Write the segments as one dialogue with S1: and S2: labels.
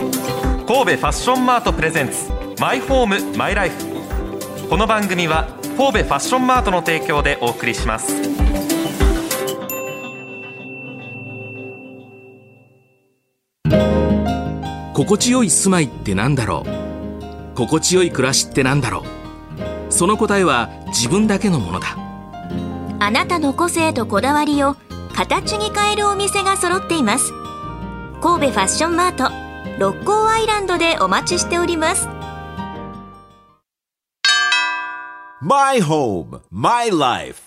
S1: 神戸ファッションマートプレゼンツマイホームマイライフこの番組は神戸ファッションマートの提供でお送りします
S2: 心地よい住まいってなんだろう心地よい暮らしってなんだろうその答えは自分だけのものだ
S3: あなたの個性とこだわりを形に変えるお店が揃っています神戸ファッションマート六甲アイランドでお待ちしております
S4: My home, my life.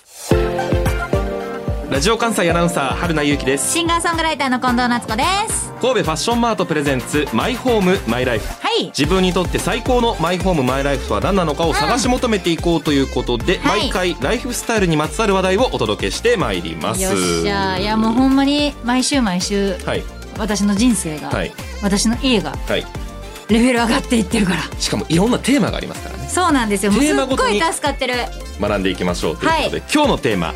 S1: ラジオ関西アナウンサー春名由紀です
S5: シンガーソングライターの近藤夏子です。
S1: 神戸ファッションマートプレゼンツマイホームマイライフ
S5: はい。
S1: 自分にとって最高のマイホームマイライフとは何なのかを探し求めていこうということで、
S5: はい
S1: 毎回ライフスタイルにまつわる話題をお届けしてまいります
S5: よっしゃいやもうほんまに毎週毎週
S1: はい
S5: 私の人生が、
S1: はい
S5: 私の家が
S1: はい
S5: レベル上がっていってるから
S1: しかもいろんなテーマがありますからね
S5: そうなんですよもう
S1: テ
S5: す
S1: ー
S5: っ
S1: マごと
S5: ご
S1: に
S5: い助かってるうん
S1: 学んでいきましょうということで、今日のテーマ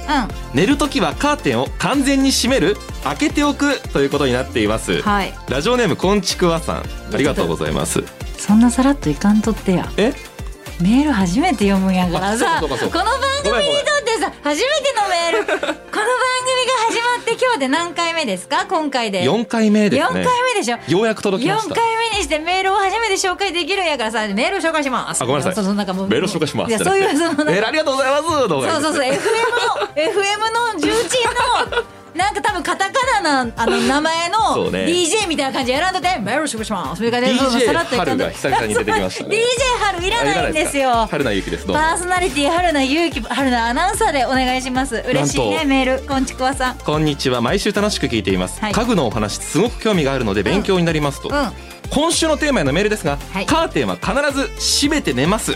S1: 寝るときはカーテンを完全に閉める開けておくということになっています
S5: はい
S1: ラジオネームこんちくわさんありがとうございます
S5: そんなさらっといかんとってや
S1: え
S5: メール初めて読むんやから
S1: あ
S5: さ
S1: そう
S5: こ
S1: かそ
S5: の
S1: う
S5: 番
S1: かご
S5: 組
S1: めんごめん
S5: にとってさ初めて のメールこの番組が始まって今日で何回目ですか今回で
S1: 4回目で
S5: 四
S1: す
S5: 回
S1: ね
S5: 目でしょ
S1: ようやく届きま
S5: 四
S1: した
S5: 回目にしてメールを初めて紹介できるんやからさメールを紹介します
S1: あごめんなさい
S5: そうそうなんかもう
S1: メール紹介します
S5: いやそういうそのなんか
S1: メールありがとうございます動画
S5: そうそうそう FM の FM の重鎮のなんか多分カタカナのあの名前の
S1: そうね
S5: DJ みたいな感じで選んでて「よろしくお願いします」それからね
S1: DJ
S5: そうそうさらっといかんと
S1: 春が久々に出てきましたね
S5: DJ 春いらないんです
S1: あいらな
S5: よ
S1: か春名ゆきですどう
S5: パ
S1: も
S5: ーソナリティ春菜ゆうき春菜アナウンサーでお願いします嬉しい
S1: なん
S5: ね
S1: と
S5: メールこんちくわさん
S1: こんにちは毎週楽しく聞いています、
S5: はい
S1: 家具のお話すごく興味があるので勉強になりますと、
S5: うんうん
S1: 今週のテーマへのメールですが、
S5: はい
S1: カーテンは必ず閉めて寝ます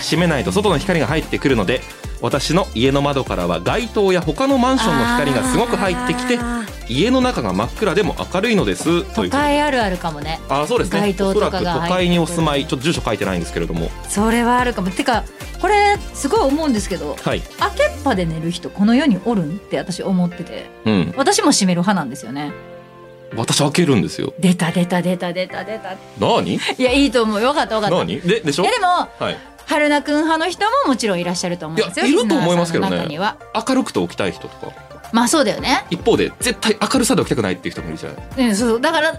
S1: 閉めないと外の光が入ってくるので私の家の窓からは街灯や他のマンションの光がすごく入ってきて
S5: あ
S1: 家の中が真っ暗でも明るいのですとい
S5: 都
S1: うことで
S5: 会あるあるかもね
S1: あそうですね
S5: 街灯とかが
S1: おそらく都会にお住まいちょっと住所書いてないんですけれども
S5: それはあるかもてかこれすごい思うんですけど
S1: はい、
S5: 開けっぱで寝る人この世におるんって私思ってて
S1: うん、
S5: 私も閉める派なんですよね
S1: 私開けるんですよ
S5: 出た出た出た出た出た
S1: 何
S5: いやいいと思うよかったよかったい
S1: 何ででしょ
S5: やでも
S1: はい
S5: 春菜くん派の人ももちろんいらっしゃると思うんですよ
S1: いやいると思いますけどね
S5: リスナーさんの中には
S1: 明るくて起きたい人とか
S5: まあそうだよね
S1: 一方で絶対明るさで起きたくないっていう人もいるじゃない
S5: うんそうそうだからある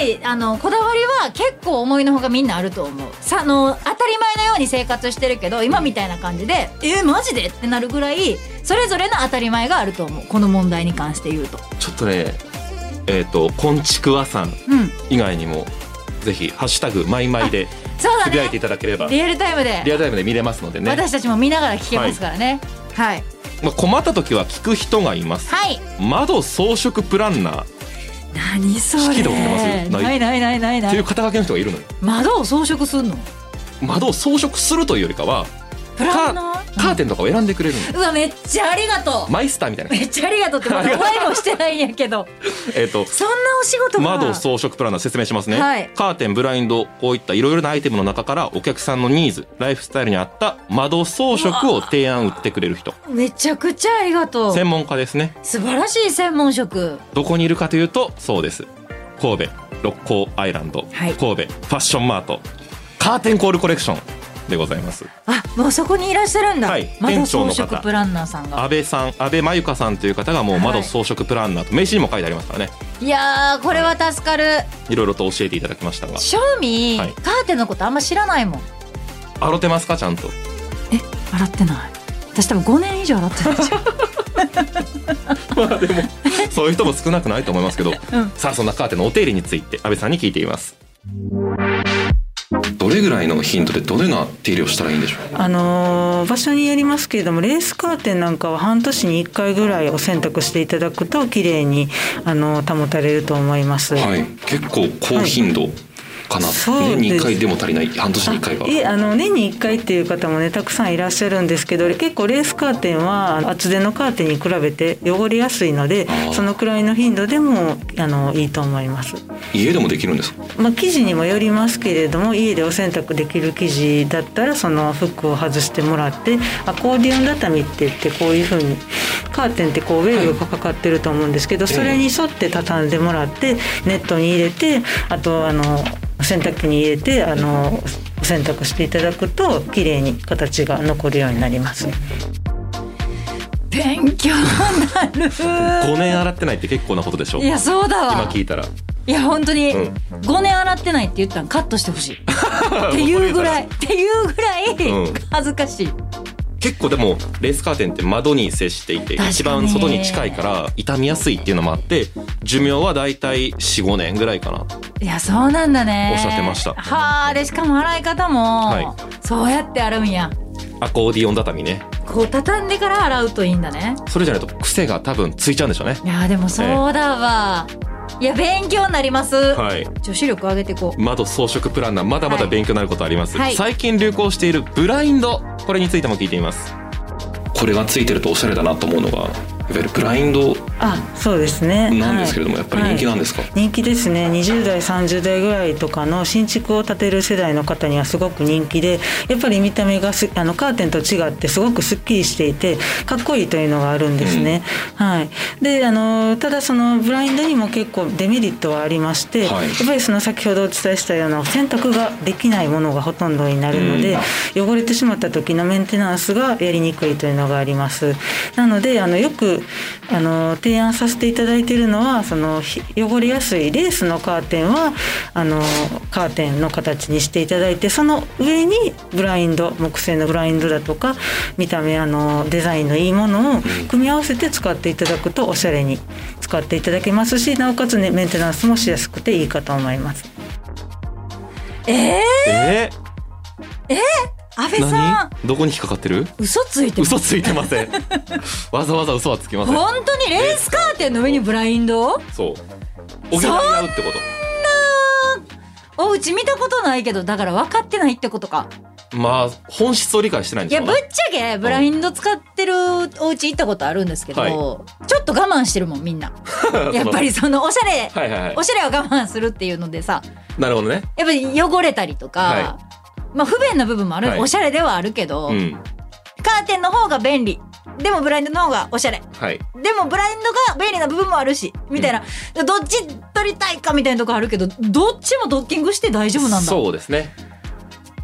S5: 意味あのこだわりは結構思いのほかみんなあると思うさあの当たり前のように生活してるけど今みたいな感じでえマジでってなるぐらいそれぞれの当たり前があると思うこの問題に関して言うと
S1: ちょっとねえっ、とこんちくわさん
S5: うん
S1: 以外にもぜひハッシュタグマイマイで
S5: そうだ
S1: つぶやい
S5: ね
S1: ていただければリ
S5: リアルタイムで
S1: アルタイムで見れますのでね、
S5: 私たちも見ながら聞けますからねはい
S1: まあ、困った時は聞く人がいます
S5: はい
S1: 窓装飾プランナーっ
S5: 何それ
S1: 式で起きてますない
S5: ないないないないな
S1: ていう
S5: い
S1: 肩書きの人がいるのよ
S5: 窓を装飾すんの
S1: 窓を装飾するというよりかは
S5: プランナー
S1: カーテンとかを選んでくれるのよ
S5: うわめっちゃありがとう
S1: マイスターみたいな
S5: めっちゃありがとうってまだお会いもしてないんやけど
S1: えっ、と
S5: そんなお仕事が
S1: 窓装飾プランナー説明しますね、
S5: はい
S1: カーテンブラインドこういったいろいろなアイテムの中からお客さんのニーズライフスタイルに合った窓装飾を提案売ってくれる人
S5: めちゃくちゃありがとう
S1: 専門家ですね
S5: 素晴らしい専門職
S1: どこにいるかというとそうです神戸六甲アイランド、
S5: はい
S1: 神戸ファッションマートカーテンコールコレクションでございます
S5: あもうそこにいらっしゃるんだ、
S1: はい
S5: 窓装
S1: 店長の
S5: 飾
S1: 方
S5: プランナーさんが
S1: 安倍さん安倍真由香さんという方がもう窓装飾プランナーと名刺にも書いてありますからね
S5: いやーこれは助かる、
S1: いろいろと教えていただきましたが
S5: 正味、
S1: はい
S5: カーテンのことあんま知らないもん
S1: 洗ってますかちゃんと
S5: 洗ってない私多分5年以上洗ってないじ ゃん
S1: まあでもそういう人も少なくないと思いますけど、
S5: うん
S1: さあそんなカーテンのお手入れについて安倍さんに聞いていますどれぐらいの頻度でどれな手入れをしたらいいんでしょう
S6: あのー場所によりますけれどもレースカーテンなんかは半年に1回ぐらいお洗濯していただくと綺麗にあのー保たれると思います。
S1: はい結構高頻度かな、
S6: そうです
S1: 年に1回でも足りない半年に1回はい
S6: えあの年に1回っていう方もねたくさんいらっしゃるんですけど結構レースカーテンは厚手のカーテンに比べて汚れやすいので
S1: あー
S6: そのくらいの頻度でもあのいいと思います。
S1: 家でもできるんですか
S6: まあ、生地にもよりますけれども家でお洗濯できる生地だったらそのフックを外してもらってアコーディオン畳って言ってこういうふうにカーテンってこうウェーブがかかってると思うんですけど、それに沿って畳んでもらってネットに入れてあとあの。洗濯機に入れてあのお洗濯していただくと綺麗に形が残るようになります。
S5: 勉強になる
S1: 5年洗ってないって結構なことでしょ
S5: いやそうだ
S1: 今
S5: わ
S1: 聞いたら
S5: いや本当に、
S1: うん
S5: 5年洗ってないって言ったんカットしてほしい っていうぐらいっていうぐら
S1: うん
S5: い恥ずかしい、
S1: 結構でもレースカーテンって窓に接していて
S5: かに
S1: 一番外に近いから傷みやすいっていうのもあって寿命はだいたい45年ぐらいかない
S5: やそうなんだね
S1: おっしゃってました
S5: はあでしかも洗い方も、
S1: はい
S5: そうやって洗うんや
S1: アコーディオン畳ね
S5: こう畳んでから洗うといいんだね
S1: それじゃないと癖が多分ついちゃうんでしょうね
S5: いやでもそうだわ、いや勉強になります、
S1: はい
S5: 女子力上げていこう
S1: 窓装飾プランナーまだまだ
S5: はい
S1: 勉強になることあります、
S5: はい
S1: 最近流行しているブラインドこれについても聞いてみますこれがついてるとおしゃれだなと思うのがいわゆるブラインド
S6: あ、そうですね。
S1: ども、やっ
S6: ぱり人気なん
S1: ですか、
S6: 人気ですね20代30代ぐらいとかの新築を建てる世代の方にはすごく人気でやっぱり見た目がすあのカーテンと違ってすごくすっきりしていてかっこいいというのがあるんですね、はいであのただそのブラインドにも結構デメリットはありまして、
S1: はい
S6: やっぱりその先ほどお伝えしたような洗濯ができないものがほとんどになるので、汚れてしまった時のメンテナンスがやりにくいというのがありますなのであのよくあの提案させていただいているのはそのひ汚れやすいレースのカーテンはあのカーテンの形にしていただいてその上にブラインド木製のブラインドだとか見た目あのデザインのいいものを組み合わせて使っていただくとおしゃれに使っていただけますしなおかつ、ね、メンテナンスもしやすくていいかと思います。
S5: え
S1: えー
S5: ー、安倍さ
S1: 何
S5: ん
S1: どこに引っかかってる
S5: 嘘ついてます
S1: 嘘ついてませんわざわざ嘘はつきません
S5: 本当にレースカーテンの上にブラインド
S1: そう補い合うってこと
S5: おうち見たことないけどだから分かってないってことか
S1: まあ本質を理解してないん
S5: い
S1: でし
S5: や
S1: ょう
S5: ぶ
S1: ね
S5: っちゃけブラインド使ってるお家行ったことあるんですけど、
S1: はい
S5: ちょっと我慢してるもん みんなやっぱりそのおしゃれ、
S1: はいはいはい
S5: おしゃれは我慢するっていうのでさ
S1: なるほどね
S5: やっぱり汚れたりとか、
S1: は
S5: まあ不便な部分もある、
S1: はい
S5: おしゃれではあるけど、
S1: うん
S5: カーテンの方が便利でもブラインドの方がおしゃれ
S1: はい
S5: でもブラインドが便利な部分もあるしみたいな、どっち取りたいかみたいなとこあるけどどっちもドッキングして大丈夫なんだ
S1: そうですね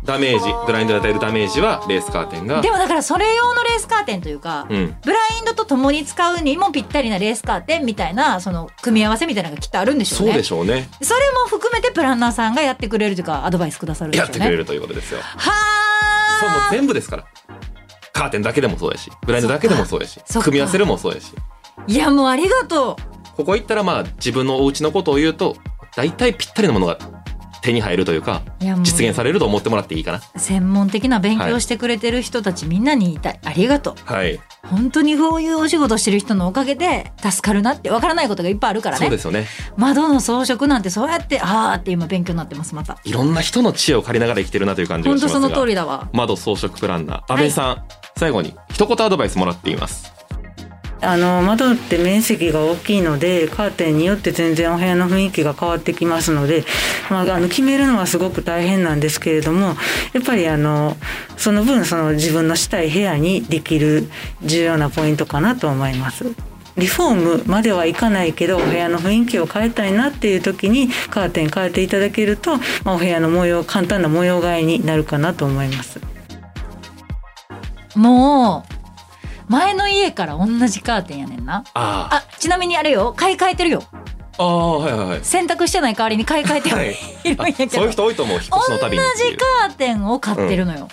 S1: ダメージブラインドで与えるダメージはレースカーテンが
S5: でもだからそれ用のレースカーテンというか、
S1: うん
S5: ブラインドと共に使うにもぴったりなレースカーテンみたいなその組み合わせみたいなのがきっとあるんでしょう
S1: そ
S5: ね
S1: うでしょうね
S5: それも含めてプランナーさんがやってくれるというかアドバイスくださるんでしょ
S1: や
S5: う
S1: っ
S5: ね
S1: てくれるということですよそうもう
S5: はあ
S1: 全部ですからカーテンだけでもそうやしブラインドだけでもそうやし
S5: そっか
S1: 組み合わせるもそうやし
S5: いやもうありがと
S1: ここ行ったらまあ自分のお家のことを言うと大体ぴったりのものが手に入るというか
S5: ういやもう
S1: 実現されると思ってもらっていいかな
S5: 専門的な勉強をしてくれてる人たちみんなに言いたい、ありがとう
S1: はい
S5: 本当にこういうお仕事してる人のおかげで助かるなってわからないことがいっぱいあるから
S1: そうで
S5: ね
S1: すよね
S5: 窓の装飾なんてそうやってああって今勉強になってますまた
S1: いろんな人の知恵を借りながら生きてるなという感じがし
S5: 本当
S1: ます
S5: そ
S1: が
S5: の通りだわ
S1: 窓装飾プランナー安倍さん、最後に一言アドバイスもらっています
S6: あの窓って面積が大きいのでカーテンによって全然お部屋の雰囲気が変わってきますので、まあ、あの決めるのはすごく大変なんですけれどもやっぱりあのその分その自分のしたい部屋にできる重要なポイントかなと思います。リフォームまではいかないけどお部屋の雰囲気を変えたいなっていう時にカーテン変えていただけると、まあ、お部屋の模様簡単な模様替えになるかなと思います。
S5: もう前の家から同じカーテンやねんな
S1: あ
S5: あちなみにあれよ買い替えてるよ
S1: あああはいはいはい
S5: 洗濯してない代わりに買い替えて
S1: は
S5: はいいるんやけ
S1: あ
S5: ど
S1: そういう人多いと思う引っ越しの
S5: 同
S1: たび
S5: じ
S1: にっていう
S5: カーテンを買ってるのよ、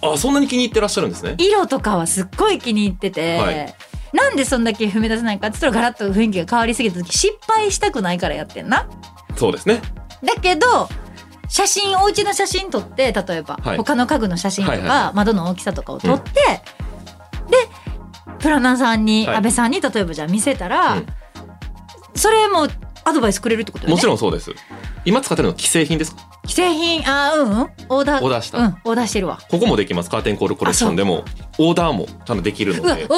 S1: あそんなに気に入ってらっしゃるんですね
S5: 色とかはすっごい気に入ってて、
S1: はい
S5: なんでそんだけ踏み出せないかって言ったらガラッと雰囲気が変わりすぎた時失敗したくないからやってんな
S1: そうですね
S5: だけど写真お家の写真撮って例えば、
S1: はい
S5: 他の家具の写真とか、
S1: はいはいは
S5: 窓の大きさとかを撮って、でプランナーさんに、
S1: はい
S5: 安倍さんに例えばじゃあ見せたら、
S1: うん
S5: それもアドバイスくれるってことよね
S1: もちろんそうです今使ってるの既製品ですか
S5: 既製品あーうんうんオーダー
S1: オーダーした
S5: うんオーダーしてるわ
S1: ここもできますカーテンコールコレクションでもオーダーもちゃんとできる
S5: うわ
S1: の
S5: オーダーで
S1: で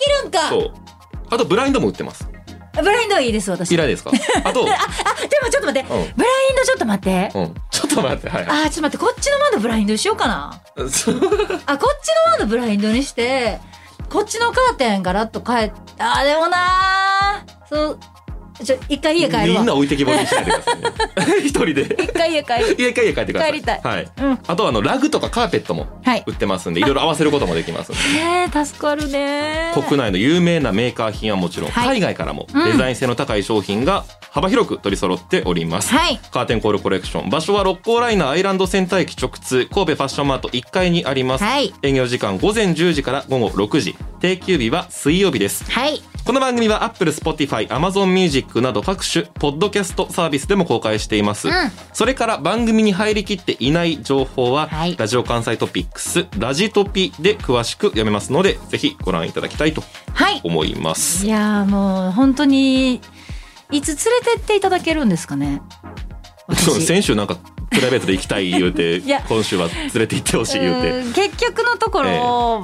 S5: きるんか
S1: そうあとブラインドも売ってます
S5: ブラインドいいです私
S1: い
S5: あ
S1: らないです かあと、
S5: でもちょっと待って、
S1: うん
S5: ブラインドちょっと待って、
S1: うん、ちょっと待ってはいはい
S5: あーちょっと待ってこっちの窓ブラインドにしようかな
S1: そう
S5: あこっちの窓ブラインドにしてこっちのカーテンガラッと変えあーでもなーそうちょ一回家帰る
S1: み
S5: わ
S1: んな置いてきぼりにしないでくださ いね一人で
S5: 一回家帰 る
S1: 家帰家帰ってください
S5: 帰りたい
S1: はい
S5: うん
S1: あとはあのラグとかカーペットも
S5: はい
S1: 売ってますんで、い、ろいろ合わせることもできますんで
S5: ねえ助かるね
S1: 国内の有名なメーカー品はもちろん、
S5: はい
S1: 海外からも
S5: うん
S1: デザイン性の高い商品が幅広く取り揃っております、
S5: はい
S1: カーテンコールコレクション場所は六甲ライナーアイランドセンター駅直通神戸ファッションマート1階にあります、
S5: はい
S1: 営業時間午前10時から午後6時定休日は水曜日です
S5: はい
S1: この番組は Apple、Spotify、Amazon Music など各種ポッドキャストサービスでも公開しています、
S5: うん
S1: それから番組に入りきっていない情報は、
S5: はい
S1: ラジオ関西トピックスラジトピで詳しく読めますのでぜひご覧いただきたいと
S5: はい
S1: 思います
S5: いやーもう本当にいつ連れてっていただけるんですかね私
S1: そう先週なんかプライベートで行きたい言うて
S5: いや
S1: 今週は連れて行ってほしい言うて
S5: うん結局のところ、
S1: ええ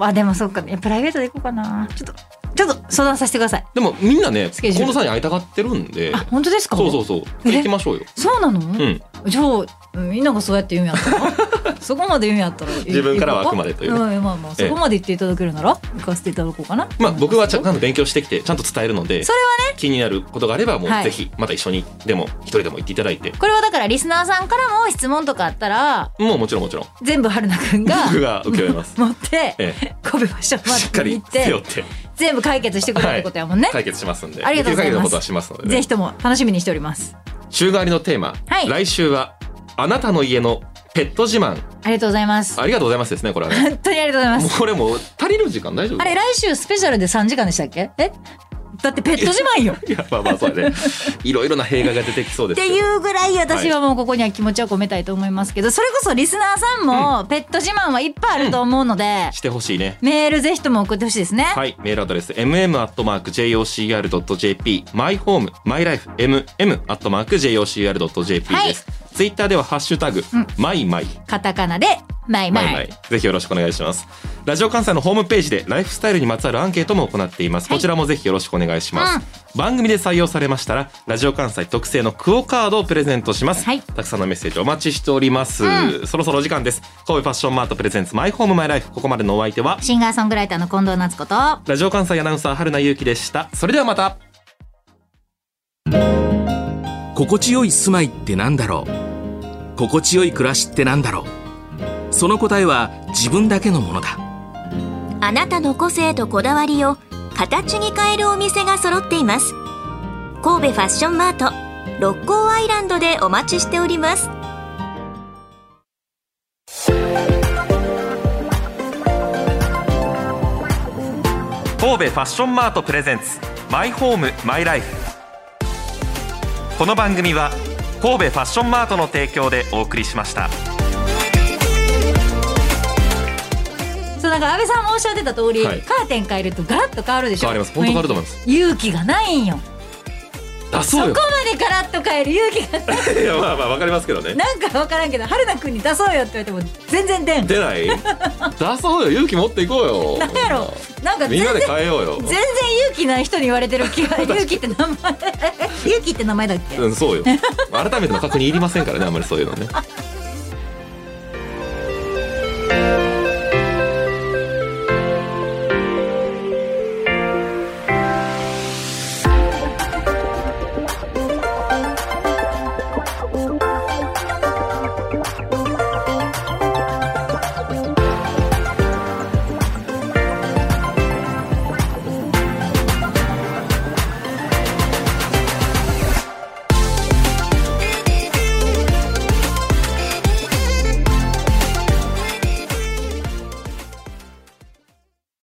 S5: あでもそっかいやプライベートで行こうかなちょっとちょっと相談させてください
S1: でもみんなね
S5: スケジュー
S1: 近
S5: ル
S1: 藤さんに会いたがってるんで
S5: あ本当ですか
S1: そうそうそう
S5: え
S1: 行きましょうよ、
S5: そうなの、
S1: うん、
S5: じゃあみんながそうやって言うんやった らそこまで言うんやったら
S1: 自分からはあくま
S5: で
S1: でとい
S5: と
S1: うね、
S5: まあまあそこまで言っていただけるなら行かせていただこうかな
S1: まあ僕はちゃん
S5: と
S1: と勉強してきてちゃんと伝えるので
S5: それはね
S1: 気になることがあればもう
S5: はい
S1: ぜひまた一緒にでも一人でも行っていただいて、
S5: これはだからリスナーさんからも質問とかあったら
S1: もうもちろんもちろん
S5: 全部春菜くんが
S1: 僕が請け負い ます
S5: 持って
S1: え
S5: 神戸ファッションマ
S1: しっ
S5: ー
S1: か
S5: トに
S1: り
S5: 行っ
S1: 背負ってて
S5: 全部解決してくれるってことやもんね、
S1: 解決しますんで
S5: ありがと
S1: でき
S5: うございます
S1: る限のことはしますので、ね、
S5: ぜひとも楽しみにしております
S1: 週替わりのテーマ、
S5: はい
S1: 来週はあなたの家のペット自慢
S5: ありがとうございます
S1: ありがとうございますですねこれはね
S5: 本当にありがとうご
S1: も
S5: ざいま
S1: う
S5: す
S1: これもう足りる時間大丈夫
S5: あれ来週スペシャルで3時間でしたっけえだってペット自慢よっ
S1: いやまあまあそうだねいろいろな弊害が出てきそうです
S5: て
S1: けど
S5: いうぐらい私はもうここには気持ちを込めたいと思いますけどそれこそリスナーさんもペット自慢はいっぱいあると思うので、
S1: してほしいね
S5: メールぜひとも送ってほしいですね、
S1: はい、メールアドレス mm.jocr.jp、myhome, mylife, mm.jocr.jp
S5: はい
S1: です。ツイッターではハッシュタグ、マイマイ、
S5: カタカナでマイマ
S1: マ
S5: イ
S1: イマイ、ぜひよろしくお願いします。ラジオ関西のホームページでライフスタイルにまつわるアンケートも行っています。
S5: はい
S1: こちらもぜひよろしくお願いします。番組で採用されましたら、ラジオ関西特製のクオカードをプレゼントします。
S5: はい
S1: たくさんのメッセージお待ちしております。そろそろお時間です。神戸ファッションマートプレゼンツマイホームマイライフ。ここまでのお相手は、
S5: シンガーソングライターの近藤夏子と
S1: ラジオ関西アナウンサー春名ゆうきでした。それではまた。
S2: 心地よい住まいってなんだろう心地よい暮らしってなんだろうその答えは自分だけのものだ
S3: あなたの個性とこだわりを形に変えるお店が揃っています神戸ファッションマート六甲アイランドでお待ちしております
S1: 神戸ファッションマートプレゼンツマイホームマイライフこの番組は神戸ファッションマートの提供でお送りしました
S5: そうなんか安倍さんもおっしゃってた通り、
S1: はい
S5: カーテン変えるとガラッと変わるでしょ
S1: 変わります本当変わると思います
S5: 雰囲気勇気がないんよ
S1: あ
S5: そこまでガラッと変える勇気がない
S1: いやまあまあわかりますけどね
S5: なんか分からんけど春菜くんに出そうよって言われても全然出ん
S1: 出 ない出そうよ勇気持っていこうよ
S5: なんやろなんか
S1: み
S5: 全
S1: ん
S5: 然
S1: なで変えようよ
S5: 全然勇気ない人に言われてる 気が勇気って名前 勇気って名前だっけ
S1: うんそうよ改めての確認いりませんからねあんまりそういうのね